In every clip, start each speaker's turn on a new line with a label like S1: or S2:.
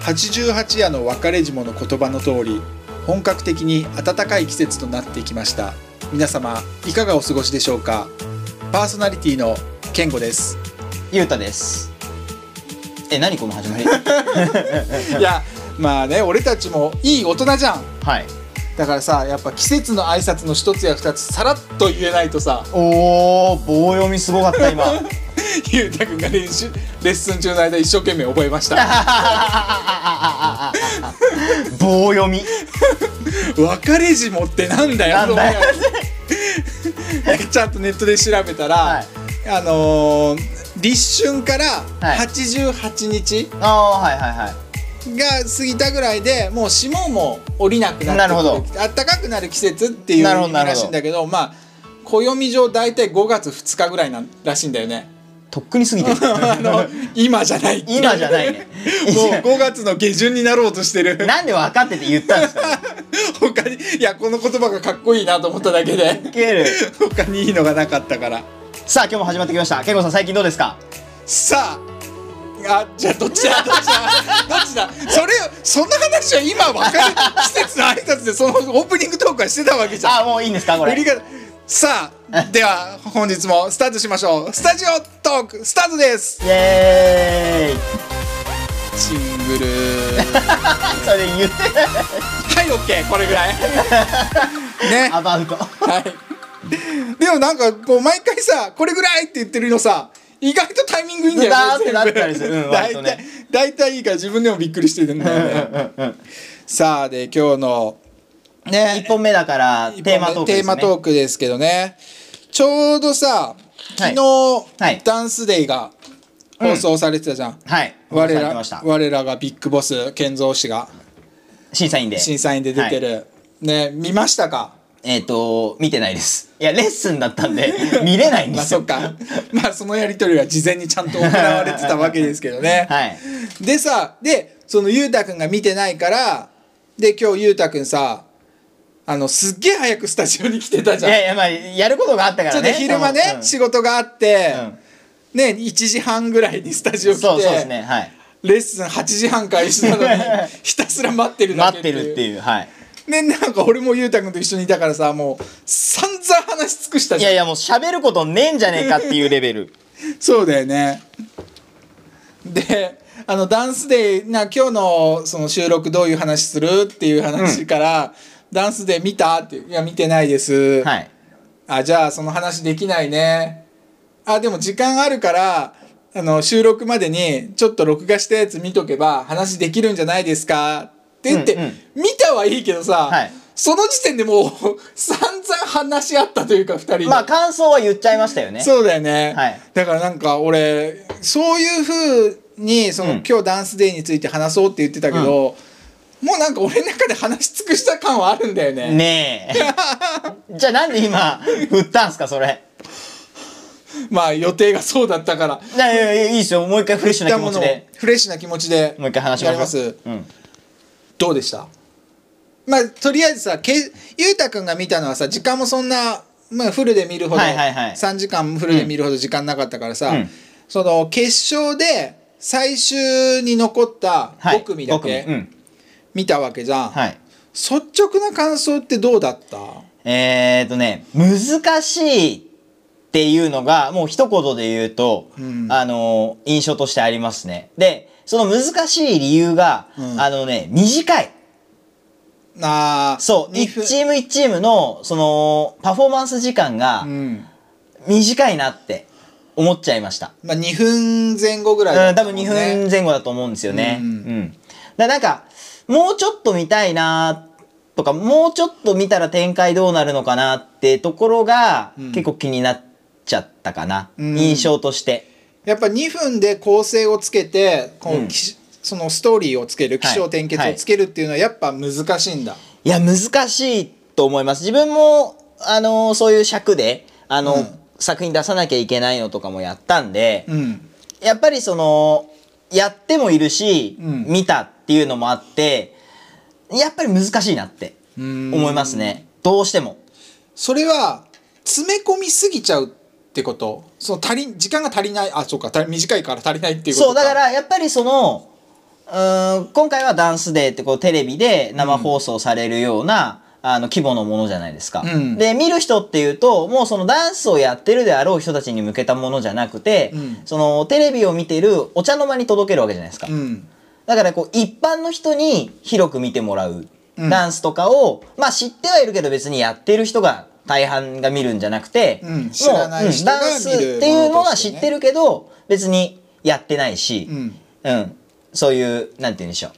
S1: 88夜の別れ島の言葉の通り本格的に暖かい季節となってきました皆様いかがお過ごしでしょうかパーソナリティの健吾です
S2: ゆうたです。え、何この始ま り。
S1: いやまあね俺たちもいい大人じゃん
S2: はい。
S1: だからさやっぱ季節の挨拶の一つや二つさらっと言えないとさ
S2: おお、棒読みすごかっ た、今。
S1: ゆうたくんが練習レッスン中の間一生懸命覚えました
S2: 棒読み。
S1: 別れ島ってなんだよ
S2: なんだ
S1: と
S2: よ
S1: 思いながら ちゃんとネットで調べたら、
S2: はい
S1: あのー立春から
S2: はい
S1: 88日
S2: ああ、はいはいはい。
S1: が過ぎたぐらいでもう霜も降りなくな
S2: なるほど
S1: ってくる暖かくなる季節っていう意
S2: なるほど
S1: 味らしいんだけどまあ暦上大体5月2日ぐらいなんらしいんだよね
S2: とっくに過ぎてる。
S1: あの今じゃないっていう
S2: 今じゃないね。
S1: もう5月の下旬になろうとしてる
S2: なんで分かってて言ったんですか。
S1: 他にいやこの言葉がかっこいいなと思っただけ で
S2: ケール。
S1: 他にいいのがなかったから
S2: さあ、今日も始まってきました。けいこさん、最近どうですか。
S1: さああじゃあどっちだどっちだどっちだそれその話は今分かる季節の挨拶でそのオープニングトークはしてたわけじゃん
S2: あ、もういいんですか、こ
S1: 売り
S2: れ。
S1: がさ あでは本日もスタートしましょうスタジオトークスタートです
S2: イエーイ。
S1: シングル は
S2: それ言ってない。
S1: い OK これぐらい ね
S2: アバウト。
S1: はい。でもなんかこう毎回さこれぐらいって言ってるのさ意外とタイミングいいんだよね
S2: だーって
S1: 全部
S2: なったりするうん割
S1: 大
S2: と
S1: 体
S2: ね
S1: 大体いいから自分でもびっくりしてるんだよねさあで今日のね
S2: 一本目だから、テーマトークですね。
S1: テーマトークですけどねちょうどさ昨日、
S2: はい
S1: ダンスデイが
S2: うん
S1: 放送されてたじゃん、
S2: はい。
S1: 我
S2: されて
S1: ら
S2: ました
S1: 我らがビッグボス健三氏が
S2: 審査員で。
S1: 審査員で出てる、ね見ましたか
S2: えっ、と、見てないです。いや、レッスンだっ たんで、見れないんで
S1: まあ
S2: す
S1: そ
S2: よ。
S1: っかまあそのやり取りは事前にちゃんと行われてたわけですけどね、
S2: はい。
S1: でさでそのゆうたくんが見てないからで今日ゆうたくんさあのすっげえ早くスタジオに来てた
S2: い
S1: じゃん
S2: やいや、まあ、やることがあったか
S1: ちょ
S2: ら
S1: っと
S2: ね。
S1: 昼間ね、
S2: うん
S1: 仕事があって、
S2: うん
S1: ね1時半ぐらいにスタジオ来て
S2: そうそうですね。はい。
S1: レッスン8時半開始な のにひたすら待ってるだ
S2: 待
S1: け
S2: ってるっていう。はい。
S1: ねなんか俺もゆうたくんと一緒にいたからさもう散々話し尽くした
S2: い
S1: じゃ
S2: や
S1: ん
S2: いや、もう喋ることねえんじゃねえかっていうレベル。
S1: そうだよねであのダンスデーな今日のその収録どういう話するっていう話から、ダンスデー見たって「いや見てないです」
S2: はい。
S1: あじゃあその話できないねあでも時間あるからあの収録までにちょっと録画したやつ見とけば話できるんじゃないですかって言って、
S2: うんうん
S1: 見たはいいけどさ、
S2: はい
S1: その時点でもう 散々話し合ったというか2人で、
S2: まあ、感想は言っちゃいましたよね。
S1: そうだよね、
S2: はい
S1: だからなんか俺そういうふうにその、
S2: うん
S1: 今日ダンスデーについて話そうって言ってたけど、もうなんか俺の中で話し尽くした感はあるんだよね
S2: ね え。じゃあなんで今、振ったんすか、それ。
S1: まあ予定がそうだったから
S2: いやいやいやいいですよ。もう一回フレッシュな気持ちで。
S1: フレッシュな気持ちで
S2: もう一回話し
S1: や
S2: ま
S1: り
S2: しょう。
S1: ます
S2: うん。
S1: どうでしたまあとりあえずさけゆうたくんが見たのはさ時間もそんな、まあ、フルで見るほど、
S2: はいはいはい
S1: 3時間フルで見るほど時間なかったからさ、
S2: うん
S1: その決勝で最終に残った
S2: は
S1: 5
S2: い。
S1: 組だ
S2: 五う
S1: け
S2: ん。
S1: 見たわけじゃん、
S2: はい。
S1: 率直な感想ってどうだった
S2: えー、とね、難しいっていうのが、もう一言で言うと、
S1: うん
S2: あの、印象としてありますね。で、その難しい理由が、
S1: うん
S2: あのね、短い。
S1: あー
S2: そう、
S1: 二
S2: 一
S1: 分
S2: チーム一チームの、その、パフォーマンス時間が
S1: うん
S2: 短いなって思っちゃいました。
S1: まあ、2分前後ぐらいだ
S2: う
S1: っ
S2: ん、
S1: た
S2: 多
S1: も
S2: 分
S1: ん
S2: 2
S1: ね
S2: 分前後だと思うんですよね。
S1: う
S2: うんん。だなんか、もうちょっと見たいなとか、もうちょっと見たら展開どうなるのかなってところが、
S1: うん
S2: 結構気になっちゃったかな。
S1: うん
S2: 印象として。
S1: やっぱ2分で構成をつけてこう、
S2: うん
S1: きしそのストーリーをつける
S2: はい
S1: 起承転結をつけるっていうのはやっぱ難しいんだ、
S2: いや、難しいと思います。自分も、あのそういう尺で、あの
S1: うん
S2: 作品出さなきゃいけないのとかもやったんで、
S1: うん
S2: やっぱりその、やってもいるし、
S1: うん
S2: 見たっていうのもあって、やっぱり難しいなって思いますね。どうしても。
S1: それは詰め込みすぎちゃうってことその足り時間が足りないあそうかた短いから足りないっていうこと
S2: そうだからやっぱりそのうーん今回はダンスデーってこうテレビで生放送されるような、あの規模のものじゃないですか、
S1: うん
S2: で見る人っていうともうそのダンスをやってるであろう人たちに向けたものじゃなくて、
S1: うん
S2: そのテレビを見てるお茶の間に届けるわけじゃないですか、
S1: うん
S2: だからこう一般の人に広く見てもらう、
S1: うん
S2: ダンスとかをまあ知ってはいるけど別にやってる人が大半が見るんじゃなくて、
S1: うん
S2: も
S1: 知らない人が見る
S2: うんダンスっていうの
S1: もの
S2: は
S1: として
S2: 知
S1: ね
S2: ってるけど別にやってないし、
S1: うん
S2: うん、そういうなんて言うんでしょう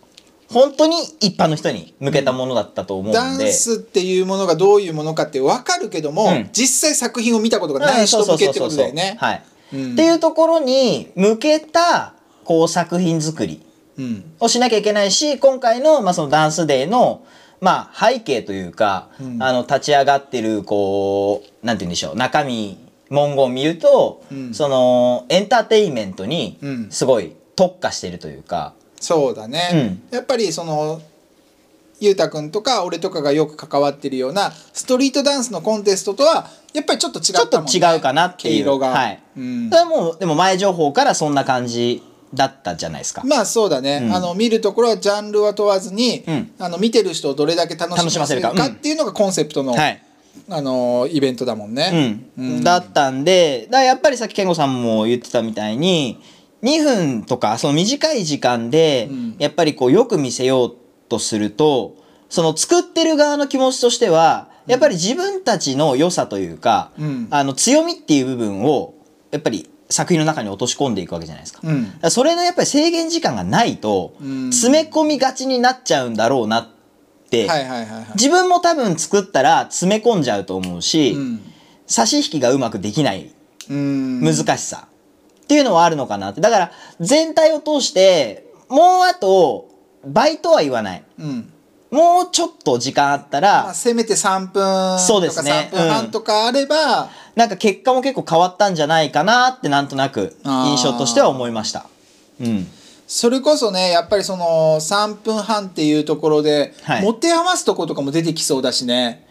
S2: 本当に一般の人に向けたものだったと思うんで、
S1: ダンスっていうものがどういうものかって分かるけども、
S2: うん
S1: 実際作品を見たことがない人向けってことだよね。
S2: はい
S1: うん
S2: っていうところに向けたこう作品作り
S1: うん
S2: をしなきゃいけないし今回の,、まあそのダンスデーの、まあ、背景というか、
S1: うん
S2: あの立ち上がってるこうなんて言うんでしょう中身文言を見ると、
S1: うん
S2: そのエンターテインメントに
S1: うん
S2: すごい特化してるというか、
S1: そうだね、やっぱりそのゆうたくんとか俺とかがよく関わってるようなストリートダンスのコンテストとはやっぱりちょっと違
S2: ちょ
S1: っ
S2: ったと
S1: もん、ね、
S2: 違うかなっていう
S1: 毛色が、
S2: はい
S1: うん
S2: それはもうでも前情報からそんな感じだったじゃないですか、
S1: まあそうだね、
S2: うん
S1: あの見るところはジャンルは問わずに、
S2: うん
S1: あの見てる人をどれだけ楽しませるか
S2: 楽しませるかうん
S1: っていうのがコンセプトの、
S2: はい
S1: あのイベントだもんね。
S2: う
S1: うん
S2: ん、だったんでだからやっぱりさっき健吾さんも言ってたみたいに2分とかその短い時間で
S1: うん
S2: やっぱりこうよく見せようとするとその作ってる側の気持ちとしてはやっぱり自分たちの良さというか、
S1: うん
S2: あの強みっていう部分をやっぱり作品の中に落とし込んでいくわけじゃないですか。
S1: うん
S2: だからそれのやっぱり制限時間がないと
S1: うん
S2: 詰め込みがちになっちゃうんだろうなって、
S1: はいはいはいはい。
S2: 自分も多分作ったら詰め込んじゃうと思うし、
S1: うん
S2: 差し引きがうまくできない
S1: うん
S2: 難しさっていうのはあるのかなってだから全体を通してもうあと倍とは言わない
S1: うん
S2: もうちょっと時間あった
S1: まあ、
S2: ら
S1: せめて3分とか
S2: そうですね
S1: 3分半とかあれば、
S2: なんか結果も結構変わったんじゃないかなってなんとなく
S1: あー
S2: 印象としては思いましたうん
S1: それこそねやっぱりその3分半っていうところで、
S2: はい
S1: 持て余すところとかも出てきそうだしね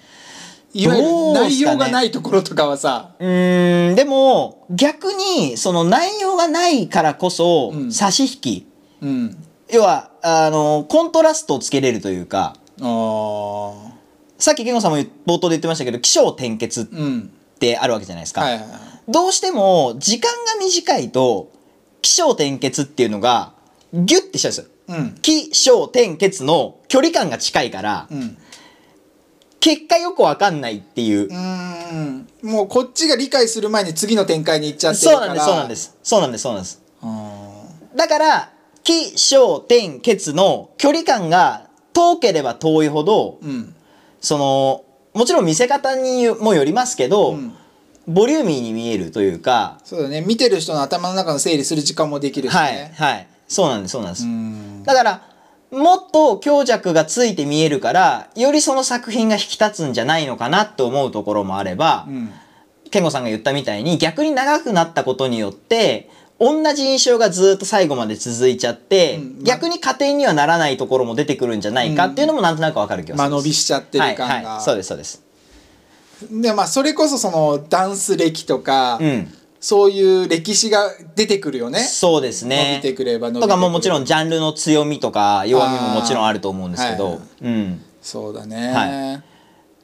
S1: いわゆ
S2: ど
S1: る
S2: う
S1: 内
S2: すか
S1: 容
S2: ね
S1: がないところとかはさ
S2: うーんでも逆にその内容がないからこそ
S1: うん
S2: 差し引き、
S1: うん
S2: 要はあのコントラストをつけれるというか
S1: あー
S2: さっき健吾さんも冒頭で言ってましたけど起承転結っ
S1: うん
S2: ってあるわけじゃないですか、
S1: はいはいはい
S2: どうしても時間が短いと起承転結っていうのがギュッてしちゃうんですよ
S1: うん
S2: 起承転結の距離感が近いから
S1: うん
S2: 結果よくわかんないっていう、
S1: うーんもうこっちが理解する前に次の展開に行っちゃってる
S2: そう
S1: か
S2: なんで
S1: ら
S2: すそうなんですそうなんですそうなんです
S1: あ
S2: だから起承転結の距離感が遠ければ遠いほど
S1: ーうん
S2: そのもちろん見せ方にもよりますけど、
S1: うん
S2: ボリューミーに見えるというか、
S1: そうだね見てる人の頭の中の整理する時間もできるしね、
S2: はいはいそうなんですそうなんです、
S1: うん
S2: だからもっと強弱がついて見えるからよりその作品が引き立つんじゃないのかなと思うところもあれば、
S1: うん
S2: 健吾さんが言ったみたいに逆に長くなったことによって同じ印象がずっと最後まで続いちゃって、
S1: うん
S2: 逆に加点にはならないところも出てくるんじゃないかっていうのもなんとなくわかる気がする
S1: 間延びしちゃってる感が、
S2: はいはい、そうですそうです
S1: でまあそれこそそのダンス歴とか、
S2: うん
S1: そういう歴史が出てくるよね。
S2: そうですね
S1: 伸びてくれば伸びてくれば
S2: とかももちろんジャンルの強みとか弱みももちろんあると思うんですけど、
S1: あーは
S2: うん
S1: そうだね。
S2: は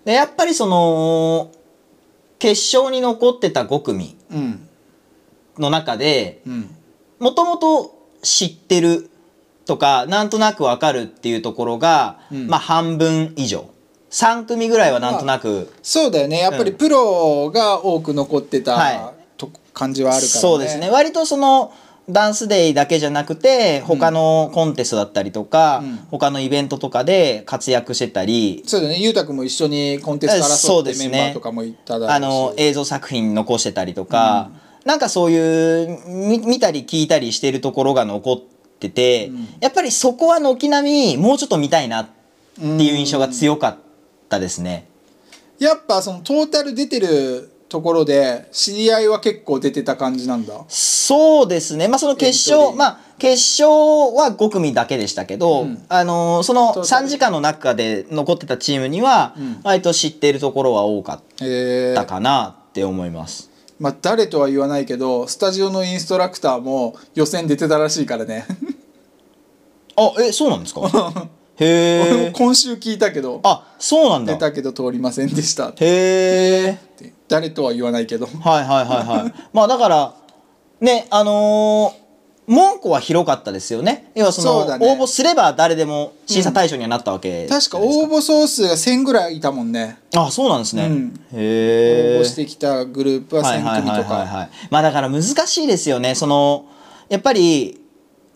S2: でやっぱりその決勝に残ってた5組
S1: うん
S2: の中で
S1: うん
S2: もともと知ってるとかなんとなくわかるっていうところが、
S1: うん
S2: まあ半分以上3組ぐらいはなんとなく、
S1: そうだよね。やっぱりプロが多く残ってた、
S2: は
S1: と感じはあるからね。
S2: そうですね。割とそのダンスデイだけじゃなくて他のコンテストだったりとか、
S1: うん
S2: 他のイベントとかで活躍してたり、
S1: そうだね。ゆうたくんも一緒にコンテスト
S2: そう
S1: 争
S2: で
S1: って
S2: す
S1: メ
S2: ね
S1: ンバーとかもいただろうし
S2: あの映像作品残してたりとか、なんかそういうみ見たり聞いたりしてるところが残ってて、
S1: うん
S2: やっぱりそこは軒並みもうちょっと見たいなっていう印象が強かったですね。
S1: やっぱそのトータル出てるところで知り合いは結構出てた感じなんだ。
S2: そうですね、まあ、その決
S1: エント
S2: 勝、
S1: リー
S2: まあ、決勝は5組だけでしたけど、
S1: うん
S2: あのーその
S1: トータル
S2: 3時間の中で残ってたチームには
S1: うん
S2: 割と知っているところは多かっ
S1: え
S2: た
S1: ー、
S2: かなって思います。
S1: まあ誰とは言わないけどスタジオのインストラクターも予選出てたらしいからね。
S2: あえそうなんで すかへ
S1: 俺も
S2: え
S1: 今週聞いたけど
S2: あそうなん
S1: 出
S2: だ
S1: たけど通りませんでしたっ
S2: へえ
S1: て誰とは言わないけど
S2: はいはいはいはい。まあだから、ね、あのー、門戸は広かったですよね。要はそ
S1: そう
S2: の、
S1: だね
S2: 応募すれば誰でも審査対象にはなったわけ、
S1: 確か応募総数が1000ぐらいいたもんね
S2: あ、そうなんですね。
S1: うん
S2: へえ。
S1: 応募してきたグループは
S2: はい
S1: 1000
S2: はい
S1: 組
S2: はい
S1: と
S2: はい
S1: か
S2: はい。まあだから難しいですよね。その、やっぱり、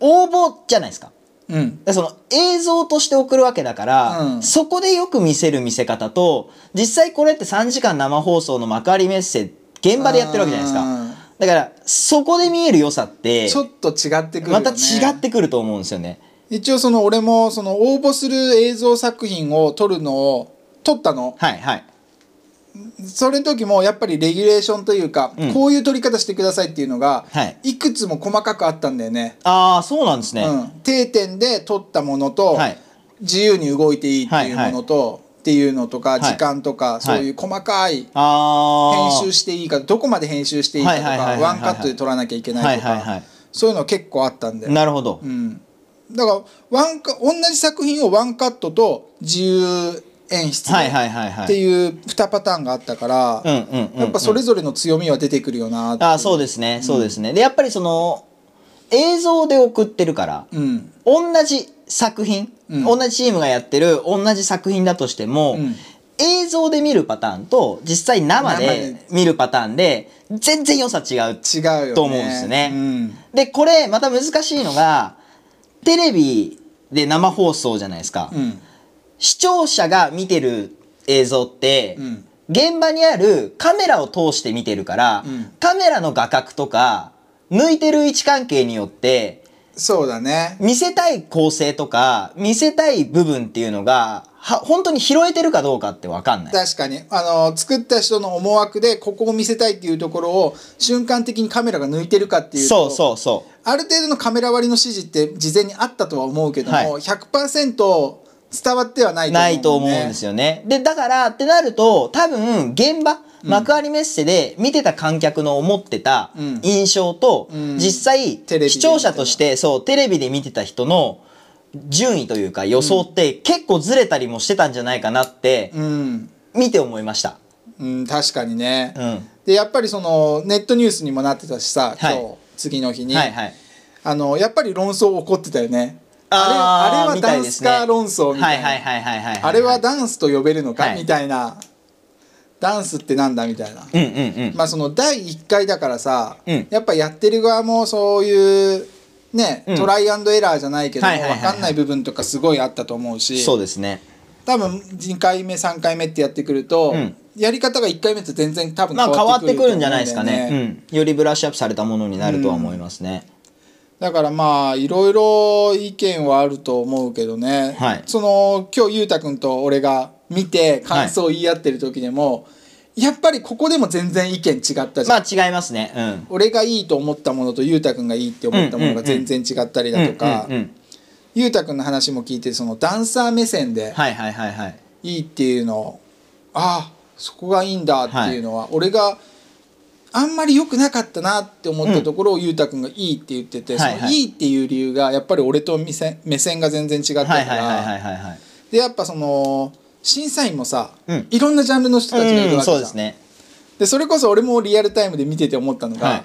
S2: 応募じゃないですか。
S1: うん
S2: でその映像として送るわけだから、
S1: うん
S2: そこでよく見せる見せ方と実際これって3時間生放送の幕張メッセ現場でやってるわけじゃないですか
S1: うん
S2: だからそこで見える良さって
S1: ちょっと違ってくるよ、
S2: ま
S1: ね、
S2: た違ってくると思うんですよね。
S1: 一応その俺もその応募する映像作品を撮るのを撮ったの
S2: はいはい。
S1: それの時もやっぱりレギュレーションというか、
S2: うん
S1: こういう撮り方してくださいっていうのが
S2: はい。
S1: いくつも細かくあったんだよね
S2: ああそうなんですね。
S1: うん、定点で撮ったものと、
S2: はい
S1: 自由に動いていいっていうものと、っていうのとか
S2: い
S1: 時間とか、
S2: い
S1: そういう細かい
S2: ああ。
S1: 編集していいかどこまで編集していいかとか、
S2: はいはいはいはいは
S1: ワ
S2: い
S1: ンカットで撮らなきゃいけないとか、
S2: はいはいはい
S1: そういうの結構あったんで、
S2: なるほど
S1: う。ん、だからワンカ同じ作品をワンカットと自由演出
S2: はい
S1: で
S2: はいはいは
S1: っ
S2: い。
S1: ていう2パターンがあったから、
S2: うんうんうんうん
S1: やっぱそれぞれの強みは出てくるよなっていう
S2: ああそうですねそうですね。でやっぱりその映像で送ってるから
S1: うん
S2: 同じ作品、
S1: うん
S2: 同じチームがやってる同じ作品だとしても、
S1: うん
S2: 映像で見るパターンと実際生で見るパターンで全然良さ
S1: 違
S2: 違う
S1: うよね
S2: と思うんですよね
S1: うん
S2: でこれまた難しいのがテレビで生放送じゃないですか、
S1: うん
S2: 視聴者が見てる映像って、
S1: うん
S2: 現場にあるカメラを通して見てるから、
S1: うん
S2: カメラの画角とか抜いてる位置関係によって
S1: そうだね
S2: 見せたい構成とか見せたい部分っていうのがは本当に拾えてるかどうかって分かんない。
S1: 確かにあの作った人の思惑でここを見せたいっていうところを瞬間的にカメラが抜いてるかっていう
S2: そう
S1: う
S2: そうそう。
S1: ある程度のカメラ割りの指示って事前にあったとは思うけども、
S2: はい
S1: 100%伝わってはないと思う、ね、
S2: ないと思うんですよね。で、だからってなると、多分現場、幕張メッセで見てた観客の思ってた
S1: うん
S2: 印象と、
S1: うん
S2: 実際
S1: テレビで見てた
S2: 視聴者として、そう、テレビで見てた人の順位というか予想って結構ずれたりもしてたんじゃないかなって、
S1: うん、
S2: 見て思いました。
S1: うん、確かにね、
S2: うん。
S1: でやっぱりそのネットニュースにもなってたしさ今
S2: は
S1: 日、
S2: い
S1: 次の日に、
S2: はいはい。
S1: あのやっぱり論争起こってたよね
S2: あー
S1: あれあれは
S2: み
S1: ダ
S2: たい
S1: ン
S2: で
S1: ス
S2: すね
S1: か論争みた
S2: はい
S1: いな、
S2: はいはいはいはい。
S1: あれは、ダンスと呼べるのか、
S2: はい
S1: みたいなダンスってなんだみたいな
S2: うんうんうん。
S1: まあその第1回だからさ、
S2: うん
S1: やっぱやってる側もそういうね、
S2: うん
S1: トライアンドエラーじゃないけども、
S2: はいはいはいは
S1: 分
S2: い
S1: かんない部分とかすごいあったと思うし
S2: そうですね。
S1: 多分2回目3回目ってやってくると、
S2: うん
S1: やり方が1回目と全然多分
S2: ま
S1: 変
S2: あ変わ
S1: わっ
S2: っ
S1: く
S2: てて
S1: る
S2: くるんじゃないですか
S1: と思うんだよ
S2: ね。うん。よりブラッシュアップされたものになるとは思いますね。
S1: だからまあいろいろ意見はあると思うけどね、
S2: はい
S1: その今日裕太君と俺が見て感想を言い合ってる時でも、やっぱりここでも全然意見違ったじゃん、
S2: まあ違いますね。うん。
S1: 俺がいいと思ったものと裕太君がいいって思ったものが全然違ったりだとか
S2: うんうんうん
S1: 裕太君の話も聞いてそのダンサー目線で
S2: はいはいはいはい
S1: いいっていうのをああそこがいいんだっていうのは俺があんまり良くなかったなって思ったところを裕太君がいいって言っててそ
S2: はい
S1: の
S2: はい
S1: いいっていう理由がやっぱり俺と目線目線が全然違ったか
S2: はいはいはいは
S1: ら
S2: いはいはい
S1: でやっぱその審査員もさ
S2: うん
S1: いろんなジャンルの人たちがいる
S2: うん
S1: わけ
S2: そう
S1: じ
S2: で
S1: ゃん
S2: す。ね
S1: でそれこそ俺もリアルタイムで見てて思ったのが、
S2: はい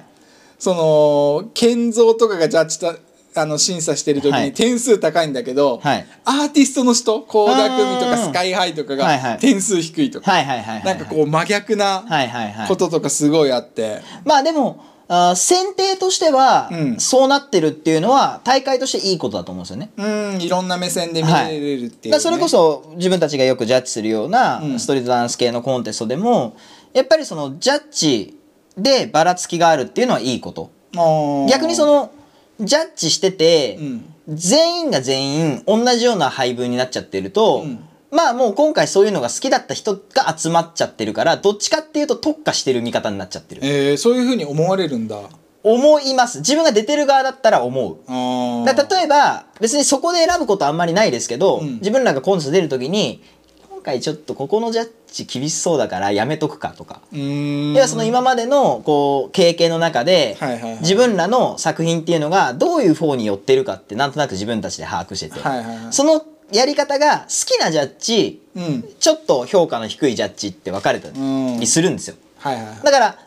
S1: その建造とかがジャッジたあの審査してる時
S2: は
S1: に
S2: い
S1: 点数高いんだけど、
S2: はい
S1: アーティストの人倖田來未とか
S2: あー
S1: スカイハイとか
S2: はいは
S1: が
S2: い
S1: 点数低いとか、
S2: はいはいはいはい
S1: なんかこう真逆な
S2: はいはいはい
S1: こととかすごいあって、
S2: まあでもあー選定としては
S1: うん
S2: そうなってるっていうのは大会としていいことだと思うんですよね
S1: うんいろんな目線で見れるっていう、ね
S2: だからそれこそ自分たちがよくジャッジするような
S1: うん
S2: ストリートダンス系のコンテストでもやっぱりそのジャッジでばらつきがあるっていうのはいいこと
S1: あー
S2: 逆にそのジャッジしてて、
S1: うん
S2: 全員が全員同じような配分になっちゃってると、
S1: うん
S2: まあもう今回そういうのが好きだった人が集まっちゃってるからどっちかっていうと特化してる見方になっちゃってる
S1: えーそういうふうに思われるんだ
S2: 思います自分が出てる側だったら思う
S1: あ
S2: だから例えば別にそこで選ぶことあんまりないですけど、
S1: うん
S2: 自分らがコンテスト出る時に今回ちょっとここのジャッジ厳しそうだからやめとくかとか。
S1: うーん
S2: 要はその今までのこう経験の中で、
S1: はいはいはい
S2: 自分らの作品っていうのがどういう方に寄ってるかってなんとなく自分たちで把握してて、
S1: はいはいはい
S2: そのやり方が好きなジャッジ
S1: うん
S2: ちょっと評価の低いジャッジって分かれた
S1: うん
S2: りするんですよ。
S1: はいはいはい
S2: だから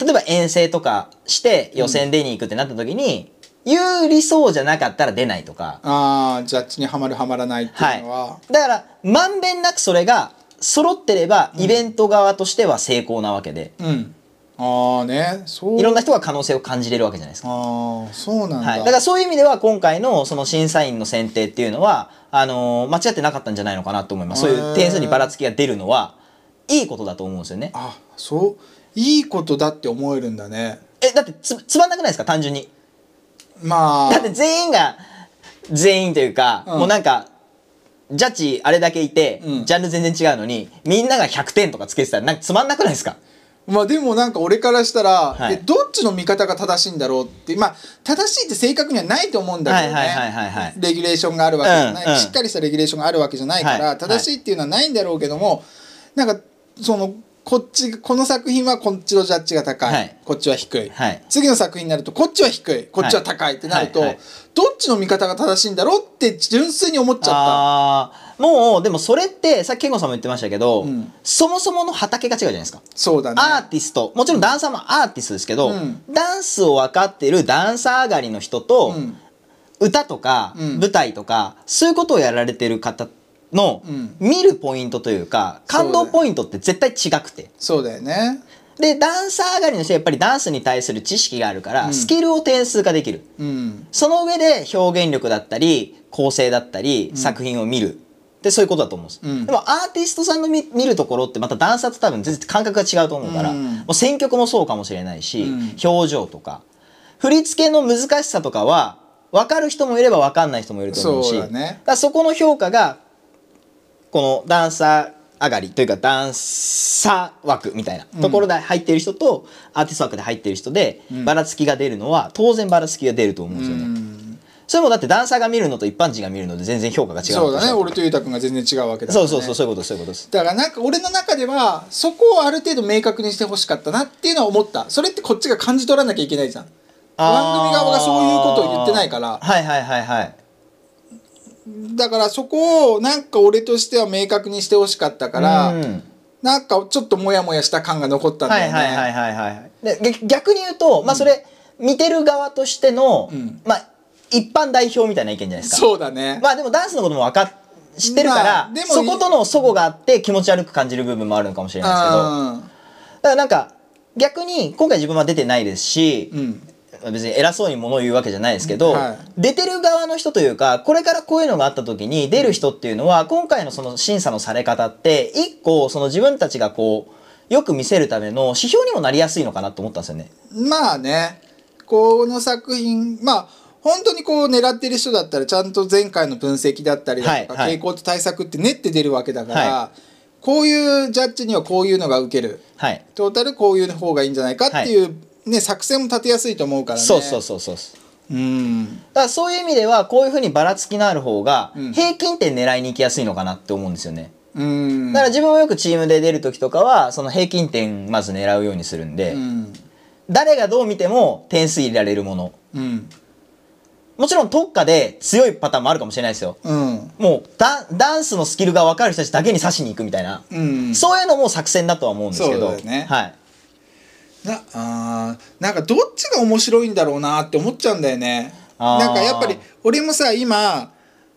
S2: 例えば遠征とかして予選出に行くってなった時に、有利そうじゃなかったら出ないとか、
S1: ああジャッジにはまるはまらないっていうのは、
S2: だからまんべんなくそれが揃ってればイベント側としては成功なわけで、
S1: うんああねそう
S2: いろんな人が可能性を感じれるわけじゃないですか。
S1: ああそうなんだ、
S2: はい、だからそういう意味では今回のその審査員の選定っていうのはあのー間違ってなかったんじゃないのかなと思いますそういう点数にばらつきが出るのはいいことだと思うんですよね
S1: あそういいことだって思えるんだね
S2: えだってつつまんなくないですか単純に
S1: まあ
S2: だって全員が全員というか、
S1: うん
S2: もうなんかジャッジあれだけいて、
S1: うん
S2: ジャンル全然違うのにみんなが100点とかつけてたらなんかつまんなくないですか
S1: まあでもなんか俺からしたら、
S2: はい
S1: えどっちの見方が正しいんだろうってまあ正しいって正確にはないと思うんだけどね、
S2: はいはいはいはいはい
S1: レギュレーションがあるわけじゃない、
S2: うんうん
S1: しっかりしたレギュレーションがあるわけじゃないから、
S2: はい
S1: 正しいっていうのはないんだろうけども、なんかそのこっちこの作品はこっちのジャッジが高い、
S2: はい
S1: こっちは低い、
S2: はい
S1: 次の作品になるとこっちは低いこっちは高いってなると、
S2: はいはい
S1: どっちの見方が正しいんだろうって純粋に思っちゃっ
S2: あーもうでもそれってさっき健吾さんも言ってましたけど、
S1: うん
S2: そもそもの畑が違うじゃないですか
S1: たそうだね
S2: アーティストもちろんダンサーもアーティストですけど、
S1: うん
S2: ダンスを分かってるダンサー上がりの人と、
S1: うん
S2: 歌とか、
S1: うん
S2: 舞台とかそういうことをやられてる方の、
S1: うん
S2: 見るポイントというか感動ポイントって絶対違くて。
S1: そうだよね
S2: でダンサー上がりの人はやっぱりダンスに対する知識があるから、
S1: うん
S2: スキルを点数化できる
S1: うん
S2: その上で表現力だったり構成だったり、作品を見るでそういうことだと思うんです、
S1: うん
S2: でもアーティストさんの見見るところってまたダンサーと多分全然感覚が違うと思うから、
S1: うん
S2: もう選曲もそうかもしれないし、
S1: うん
S2: 表情とか振り付けの難しさとかは分かる人もいれば分かんない人もいると思うし
S1: そうだね
S2: からそこの評価がこのダンサー上がりというかダンサー枠みたいなところで入っている人とアーティスト枠で入っている人で
S1: うん
S2: ばらつきが出るのは当然ばらつきが出ると思うん
S1: う
S2: ですよね。
S1: ん
S2: それもだってダンサーが見るのと一般人が見るので全然評価が違う
S1: そうだね俺と
S2: いう
S1: ゆうたくんが全然違うわけだから
S2: そ
S1: ね
S2: うそうそうそういうことですそういうことです
S1: だからなんか俺の中ではそこをある程度明確にしてほしかったなっていうのは思ったそれってこっちが感じ取らなきゃいけないじゃん番組側がそういうことを言ってないから
S2: あーはいはいはいはい
S1: だからそこをなんか俺としては明確にしてほしかったから、
S2: うん
S1: なんかちょっとモヤモヤした感が残ったんだ
S2: は
S1: よね、
S2: いはいはいはいはいで逆逆に言うとまあそれ見てる側としての、
S1: うん
S2: まあ一般代表みたいな意見じゃないですか
S1: そうだね、
S2: まあでもダンスのことも分かっ知ってるから、
S1: まあでも
S2: そことの齟齬があって気持ち悪く感じる部分もあるのかもしれないですけどだからなんか逆に今回自分は出てないですし、
S1: うんうん
S2: 別に偉そうに物を言うわけじゃないですけど、
S1: は
S2: 出てる側の人というかこれからこういうのがあった時に出る人っていうのは今回のその審査のされ方って一個その自分たちがこうよく見せるための指標にもなりやすいのかなと思ったんですよね。
S1: まあねこの作品まあ本当にこう狙ってる人だったらちゃんと前回の分析だったりだとか、
S2: はいはい
S1: 傾向と対策って練って出るわけだから、
S2: は
S1: こういうジャッジにはこういうのが受ける
S2: はい、
S1: トータルこういう方がいいんじゃないかっていう、ね、作戦も立てやすいと思うからね。
S2: そうそうそうそう
S1: うん
S2: だからそういう意味ではこういうふうにばらつきのある方が
S1: うん
S2: 平均点狙いに行きやすいのかなって思うんですよね。
S1: うん
S2: だから自分もよくチームで出る時とかはその平均点まず狙うようにするんで、
S1: うん
S2: 誰がどう見ても点数入れられるもの
S1: うん
S2: もちろん特化で強いパターンもあるかもしれないですよ
S1: うん
S2: もうダンダンスのスキルが分かる人たちだけに刺しに行くみたいな、
S1: うん
S2: そういうのも作戦だとは思うんですけど
S1: そうだよね
S2: はい、
S1: なあーなんかどっちが面白いんだろうなって思っちゃうんだよね。
S2: あー
S1: なんかやっぱり俺もさ今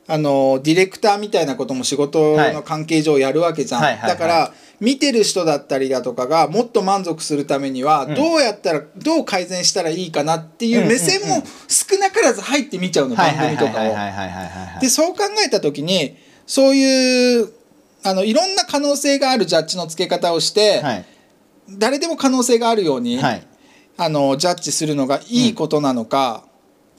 S1: あのディレクターみたいなことも仕事
S2: はい
S1: の関係上やるわけじゃん、
S2: はいはいはい
S1: だから見てる人だったりだとかがもっと満足するためには
S2: ん
S1: どうやったら、どう改善したらいいかなっていう目線も少なからず入ってみちゃうの、
S2: はいは
S1: 番
S2: い
S1: 組
S2: はい
S1: とか
S2: はい
S1: を。
S2: はいはいはいはい
S1: でそう考えた時にそういうあのいろんな可能性があるジャッジの付け方をして、
S2: はい
S1: 誰でも可能性があるように、
S2: はい
S1: あのジャッジするのがいいことなのか、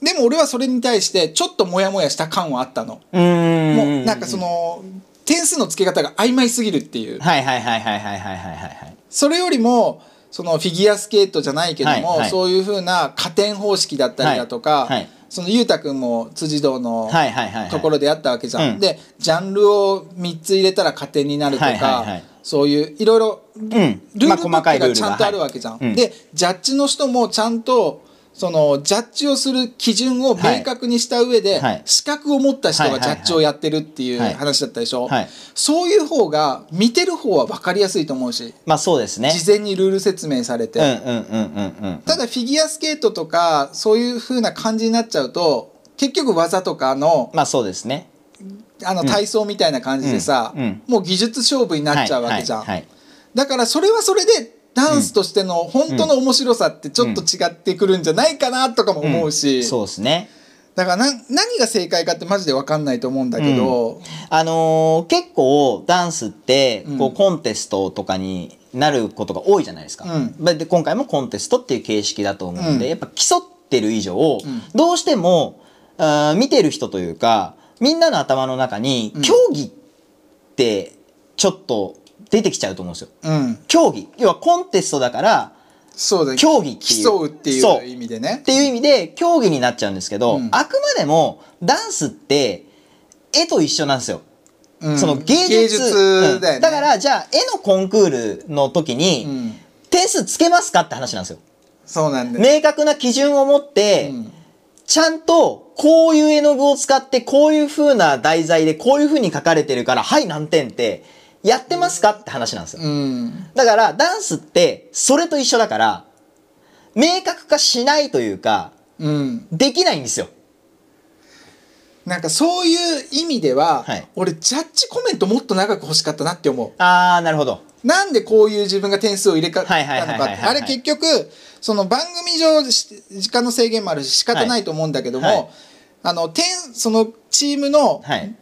S1: でも俺はそれに対してちょっとモヤモヤした感はあったの。
S2: うーん
S1: もうなんかその点数の付け方が曖昧すぎるっていう
S2: はいはいはいはいはいはいはいはい
S1: それよりもそのフィギュアスケートじゃないけども、
S2: はいはい
S1: そういうふうな加点方式だったりだとか、
S2: はいはい
S1: その裕太君も辻堂の
S2: はいはいはいはい
S1: ところでやったわけじゃん。
S2: うん
S1: でジャンルを3つ入れたら加点になるとか、
S2: はいはいはい
S1: そういういろいろ
S2: うん
S1: ルールブ
S2: まあ
S1: ッ
S2: 細
S1: ク
S2: かいルー
S1: が
S2: ル
S1: ちゃんとあるわけじゃん。でジャッジの人もちゃんとそのジャッジをする基準を明確にした上で、
S2: はい
S1: 資格を持った人
S2: は
S1: が
S2: い
S1: ジ
S2: はいは
S1: ャ
S2: い
S1: ッジをやってるっていう
S2: はい
S1: 話だったでしょ、
S2: はい
S1: そういう方が見てる方は分かりやすいと思うし
S2: まあそうですね
S1: 事前にルール説明されて、
S2: うんうんうんうんうん
S1: ただフィギュアスケートとかそういう風な感じになっちゃうと結局技とかの
S2: まあそうですね
S1: あの体操みたいな感じでさ、
S2: うんうん
S1: もう技術勝負になっちゃうわけじゃん。
S2: はいはいはい
S1: だからそれはそれでダンスとしての本当の面白さってちょっと違ってくるんじゃないかなとかも思うし、
S2: んそうですね
S1: だからな何が正解かってマジで分かんないと思うんだけど、
S2: あのー結構ダンスってこ
S1: うん
S2: うコンテストとかになることが多いじゃないですか、
S1: うん
S2: まあで今回もコンテストっていう形式だと思うんで、
S1: うん
S2: やっぱ競ってる以上、
S1: うん
S2: どうしてもあー見てる人というかみんなの頭の中に
S1: うん
S2: 競技ってちょっと出てきちゃうと思うんですよ
S1: うん
S2: 競技要はコンテストだから
S1: そうだね
S2: 競技っていう
S1: 競うってい
S2: そう
S1: う意味でね
S2: っていう意味で競技になっちゃうんですけど、
S1: うん
S2: あくまでもダンスって絵と一緒なんですよ
S1: うん
S2: その芸術
S1: 術だよね、
S2: うんだからじゃあ絵のコンクールの時に、
S1: うん
S2: 点数つけますかって話なんですよ。
S1: そうなんだよ、
S2: 明確な基準を持って、
S1: うん
S2: ちゃんとこういう絵の具を使ってこういう風な題材でこういう風に書かれてるからはい何点ってやってますかって話なんですよ。
S1: うん
S2: だからダンスってそれと一緒だから明確化しないというか
S1: うん、
S2: できないんですよ。
S1: なんかそういう意味では、
S2: はい
S1: 俺ジャッジコメントもっと長く欲しかったなって思う
S2: あーなるほど。
S1: なんでこういう自分が点数を入れ替
S2: はい
S1: え
S2: はい
S1: た
S2: は
S1: の
S2: い
S1: か
S2: は
S1: っ
S2: いはい
S1: てあれ結局その番組上し時間の制限もあるし仕方ないと思うんだけども、
S2: はい
S1: あの点そのチームの,、
S2: はい。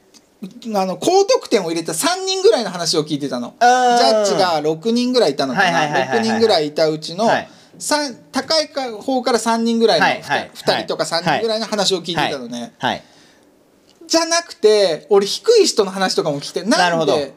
S1: あの高得点を入れた3人ぐらいの話を聞いてたのジ
S2: あー
S1: ャッジが6人ぐらいいたのか
S2: はいはいはいはい
S1: な
S2: は
S1: 6
S2: い
S1: 人ぐらいいたうちの、
S2: はい
S1: さん高いか方から3人ぐらいの
S2: は
S1: 2,、
S2: いはい
S1: 二人とか3人ぐらいの話を聞いてたのね、
S2: はい。
S1: じゃなくて俺低い人の話とかも聞いてなんで
S2: なるほど
S1: だ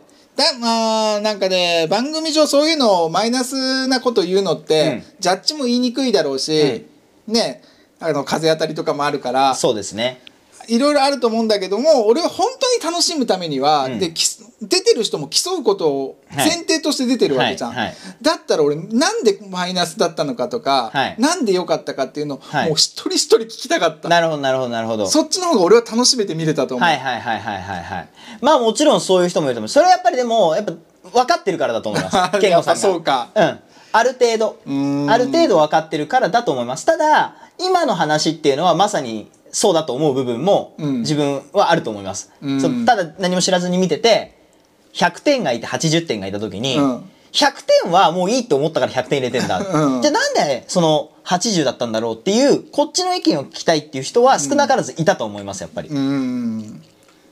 S1: まあなんかね番組上そういうのをマイナスなこと言うのって、ジャッジも言いにくいだろうし、ねあの風当たりとかもあるから
S2: そうですね。
S1: いろいろあると思うんだけども俺は本当に楽しむためには、
S2: うん
S1: でき出てる人も競うことを前提として出てるわけじゃん、
S2: はいはいはい
S1: だったら俺なんでマイナスだったのかとか、
S2: はい
S1: なんで良かったかっていうのを、
S2: はい
S1: もう一人一人聞きたかった
S2: なるほどなるほどなるほど。
S1: そっちの方が俺は楽しめて見れたと思う、
S2: はいはいはいはいはいはいまあもちろんそういう人もいると思うそれはやっぱりでもやっぱ分かってるからだと思います 健
S1: や
S2: 吾
S1: っ
S2: さ
S1: ぱ
S2: んが
S1: そうか
S2: うんある程度
S1: うーん
S2: ある程度分かってるからだと思いますただ今の話っていうのはまさにそうだと思う部分も
S1: うん
S2: 自分はあると思います、
S1: うん
S2: そうただ何も知らずに見てて100点がいて80点がいた時に、
S1: うん
S2: 100点はもういいと思ったから100点入れてん だ、
S1: うん
S2: じゃあなんでその80だったんだろうっていうこっちの意見を聞きたいっていう人は少なからずいたと思いますやっぱり
S1: う、ーん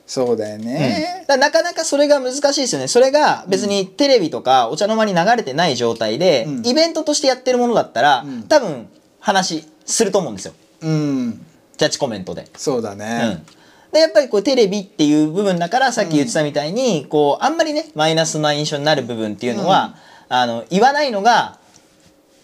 S1: そうだよ
S2: うん
S1: ね
S2: だ、からなかなかそれが難しいですよねそれが別にテレビとかお茶の間に流れてない状態で、
S1: うん
S2: イベントとしてやってるものだったら、
S1: うん
S2: 多分話すると思うんですよ
S1: うん、
S2: ジャッジコメントで。
S1: そうだ
S2: う
S1: ね
S2: んでやっぱりこうテレビっていう部分だからさっき言ってたみたいに、こうあんまりねマイナスな印象になる部分っていうのは、あの言わないのが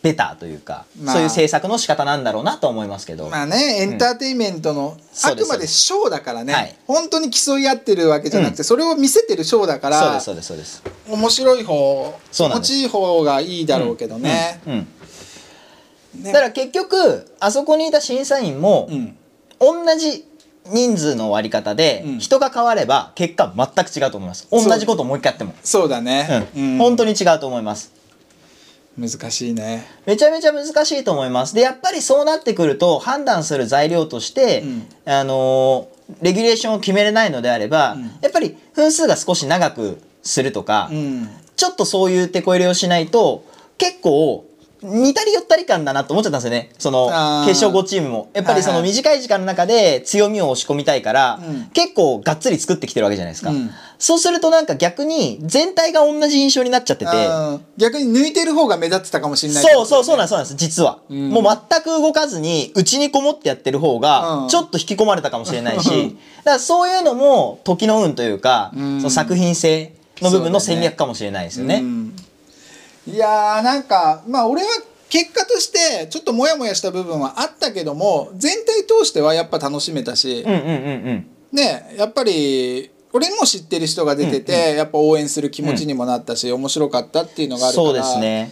S2: ベターというか、
S1: まあ
S2: そういう制作の仕方なんだろうなと思いますけど、
S1: まあねエンターテインメントの、あ
S2: そうで
S1: く
S2: す
S1: までショーだからね、
S2: はい
S1: 本当に競い合ってるわけじゃなくて、それを見せてるショーだか
S2: そうで
S1: ら
S2: すそうですそうです。
S1: 面白い方
S2: そう
S1: 気
S2: な
S1: 持
S2: んです
S1: ちいい方がいいだろうけどね,、
S2: うんうん
S1: ね
S2: だから結局あそこにいた審査員も、
S1: うん
S2: 同じ人数の割り方で、
S1: うん
S2: 人が変われば結果全く違うと思います
S1: う
S2: 同じことをもう一回やっても、
S1: そうだね、
S2: うん本当
S1: に
S2: に違うと思います
S1: 難しいね
S2: めちゃめちゃ難しいと思いますでやっぱりそうなってくると判断する材料として、
S1: うん
S2: あのーレギュレーションを決めれないのであれば、
S1: ん
S2: やっぱり分数が少し長くするとか、
S1: うん
S2: ちょっとそういう手こ入れをしないと結構似たり寄ったり感だなと思っちゃったんですよねその
S1: あー
S2: 決勝5チームもやっぱりそ
S1: は
S2: の
S1: いはい
S2: 短い時間の中で強みを押し込みたいから、
S1: うん
S2: 結構がっつり作ってきてるわけじゃないですか、
S1: うん
S2: そうするとなんか逆に全体が同じ印象になっちゃってて
S1: うん逆に抜いてる方が目立ってたかもしれないけど
S2: そうそうそうなんですそうなんです実は、
S1: うん
S2: もう全く動かずにうちにこもってやってる方
S1: うん
S2: がちょっと引き込まれたかもしれないし、
S1: うん
S2: だからそういうのも時の運というか、
S1: うん
S2: その作品性の部分の戦略かもしれないですよね。
S1: うんいやーなんかまあ俺は結果としてちょっとモヤモヤした部分はあったけども全体通してはやっぱ楽しめたし、
S2: うんうんうんうん
S1: ねやっぱり俺も知ってる人が出てて、やっぱ応援する気持ちにもなったし、面白かったっていうのがあるから
S2: そうですね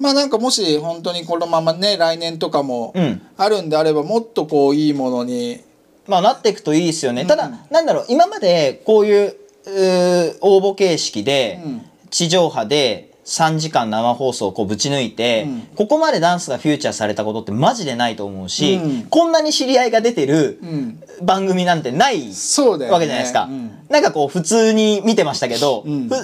S1: まあなんかもし本当にこのままね来年とかも
S2: うん
S1: あるんであればもっとこういいものに
S2: まあなっていくといいですよね、た
S1: うん
S2: だなんだろう今までこういううー応募形式で、
S1: うん
S2: 地上波で3時間生放送をこうぶち抜いて、
S1: うん
S2: ここまでダンスがフューチャーされたことってマジでないと思うし、
S1: うん
S2: こんなに知り合いが出てる
S1: うん
S2: 番組なんてない
S1: そうだよね
S2: わけじゃないですか、
S1: うん
S2: なんかこう普通に見てましたけど、
S1: うん
S2: ふ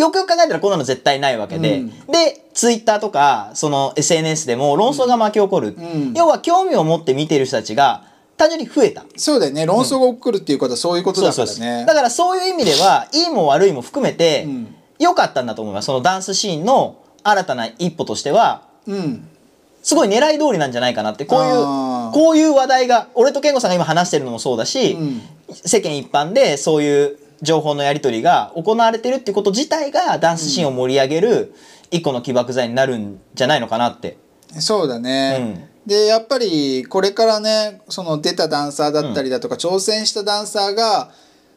S2: よくよく考えたらこんなの絶対ないわけで、
S1: うん
S2: でツイッターとかその SNS でも論争が巻き起こる、
S1: うん
S2: 要は興味を持って見てる人たちが単純に増えた。
S1: そうだよね論争が起こるっていうことはそういうことだから
S2: そうそう
S1: ね
S2: だからそういう意味ではいいも悪いも含めて
S1: うん
S2: 良かったんだと思いますそのダンスシーンの新たな一歩としては
S1: うん
S2: すごい狙い通りなんじゃないかなってこうい
S1: あー
S2: うこういう話題が俺と健吾さんが今話してるのもそうだし、
S1: うん
S2: 世間一般でそういう情報のやり取りが行われてるってこと自体がダンスシーンを盛り上げる一個の起爆剤になるんじゃないのかなって。
S1: そうだね、でやっぱりこれからねその出たダンサーだったりだとか、挑戦したダンサーが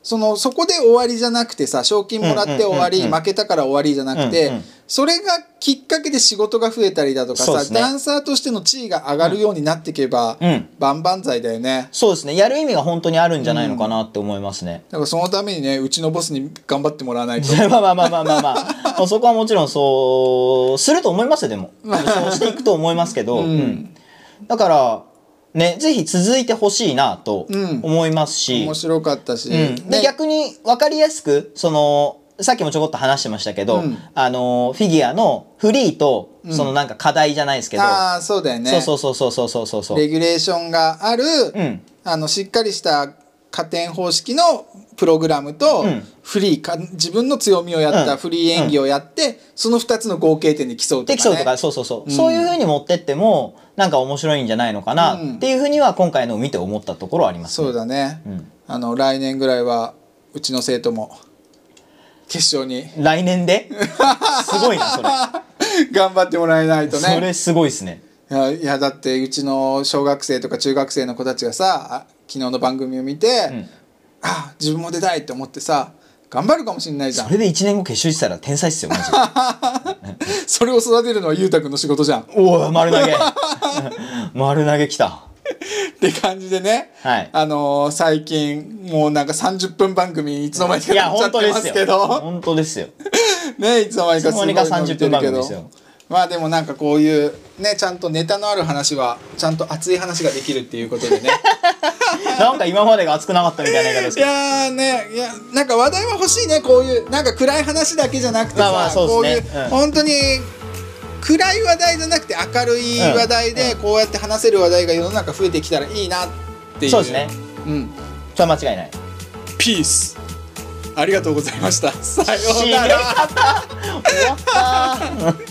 S1: そのそこで終わりじゃなくてさ賞金もらって終わり、
S2: うんうんうんうん
S1: 負けたから終わりじゃなくて、
S2: うんうん
S1: それがきっかけで仕事が増えたりだとか
S2: そう
S1: さ、
S2: ですね
S1: ダンサーとしての地位が上がるようになっていけば、
S2: うん
S1: 万々歳だよね
S2: そうですねやる意味が本当にあるんじゃないのかなって思いますね。
S1: だからそのためにねうちのボスに頑張ってもらわないと
S2: まあまあまあまあまあまあ、まあ、そこはもちろんそうすると思いますよでもそうしていくと思いますけど、
S1: うん
S2: だからねぜひ続いてほしいなと思いますし、
S1: 面白かったし、
S2: うんで
S1: ね
S2: 逆に分かりやすくそのさっきもちょこっと話してましたけど、
S1: うん
S2: あのフィギュアのフリーと
S1: うん
S2: そのなんか課題じゃないですけど、
S1: ああそうだよね
S2: そうそうそうそうそうそうそう
S1: レギュレーションがある、
S2: うん
S1: あのしっかりした加点方式のプログラムと
S2: うん
S1: フリーか自分の強みをやった
S2: うん
S1: フリー演技をやって、その2つの合計点で競うとか、ね、
S2: できそうとかそうそうそう、
S1: うん
S2: そういう風に持ってってもなんか面白いんじゃないのかな
S1: うん
S2: っていう風には今回のを見て思ったところはありますね
S1: そうだね、
S2: うん
S1: あの来年ぐらいはうちの生徒も決勝に
S2: 来年ですごいなそれ
S1: 頑張ってもらえないと
S2: そ
S1: ね
S2: れすごいですね
S1: いやいやだってうちの小学生とか中学生の子たちがさあ昨日の番組を見て、
S2: ん
S1: あ自分も出たいって思ってさ頑張るかもしれないじゃん
S2: それで1年後決勝行ってたら天才っすよマジで
S1: それを育てるのはゆうたくんの仕事じゃん。っ
S2: おお 丸投げ丸投げきた
S1: て感じでね、
S2: はい
S1: あのー最近もうなんか30分番組いつの間にか
S2: いや
S1: やっちゃ
S2: 本
S1: って
S2: 当で
S1: ますす
S2: よ
S1: けど
S2: 本当ですよ
S1: ねいつの間にかすごいの見て
S2: いつの間にか30分
S1: る
S2: 番
S1: け
S2: 組で
S1: ど
S2: すよ
S1: まあでもなんかこういうねちゃんとネタのある話はちゃんと熱い話ができるっていうことで ね
S2: なんか今までが熱くなかったみたいな言い方です
S1: い
S2: けど
S1: やーねいやなんか話題は欲しいねこういうなんか暗い話だけじゃなくてさ、
S2: まあまあそうですね
S1: こういう、
S2: うん
S1: 本当に暗い話題じゃなくて明るい話題でこうやって話せる話題が世の中増えてきたらいいなっていう
S2: そうですね
S1: うん
S2: それは間違 いない
S1: ピースありがとうございましたさよう
S2: 締
S1: な
S2: め
S1: ら
S2: 方終わった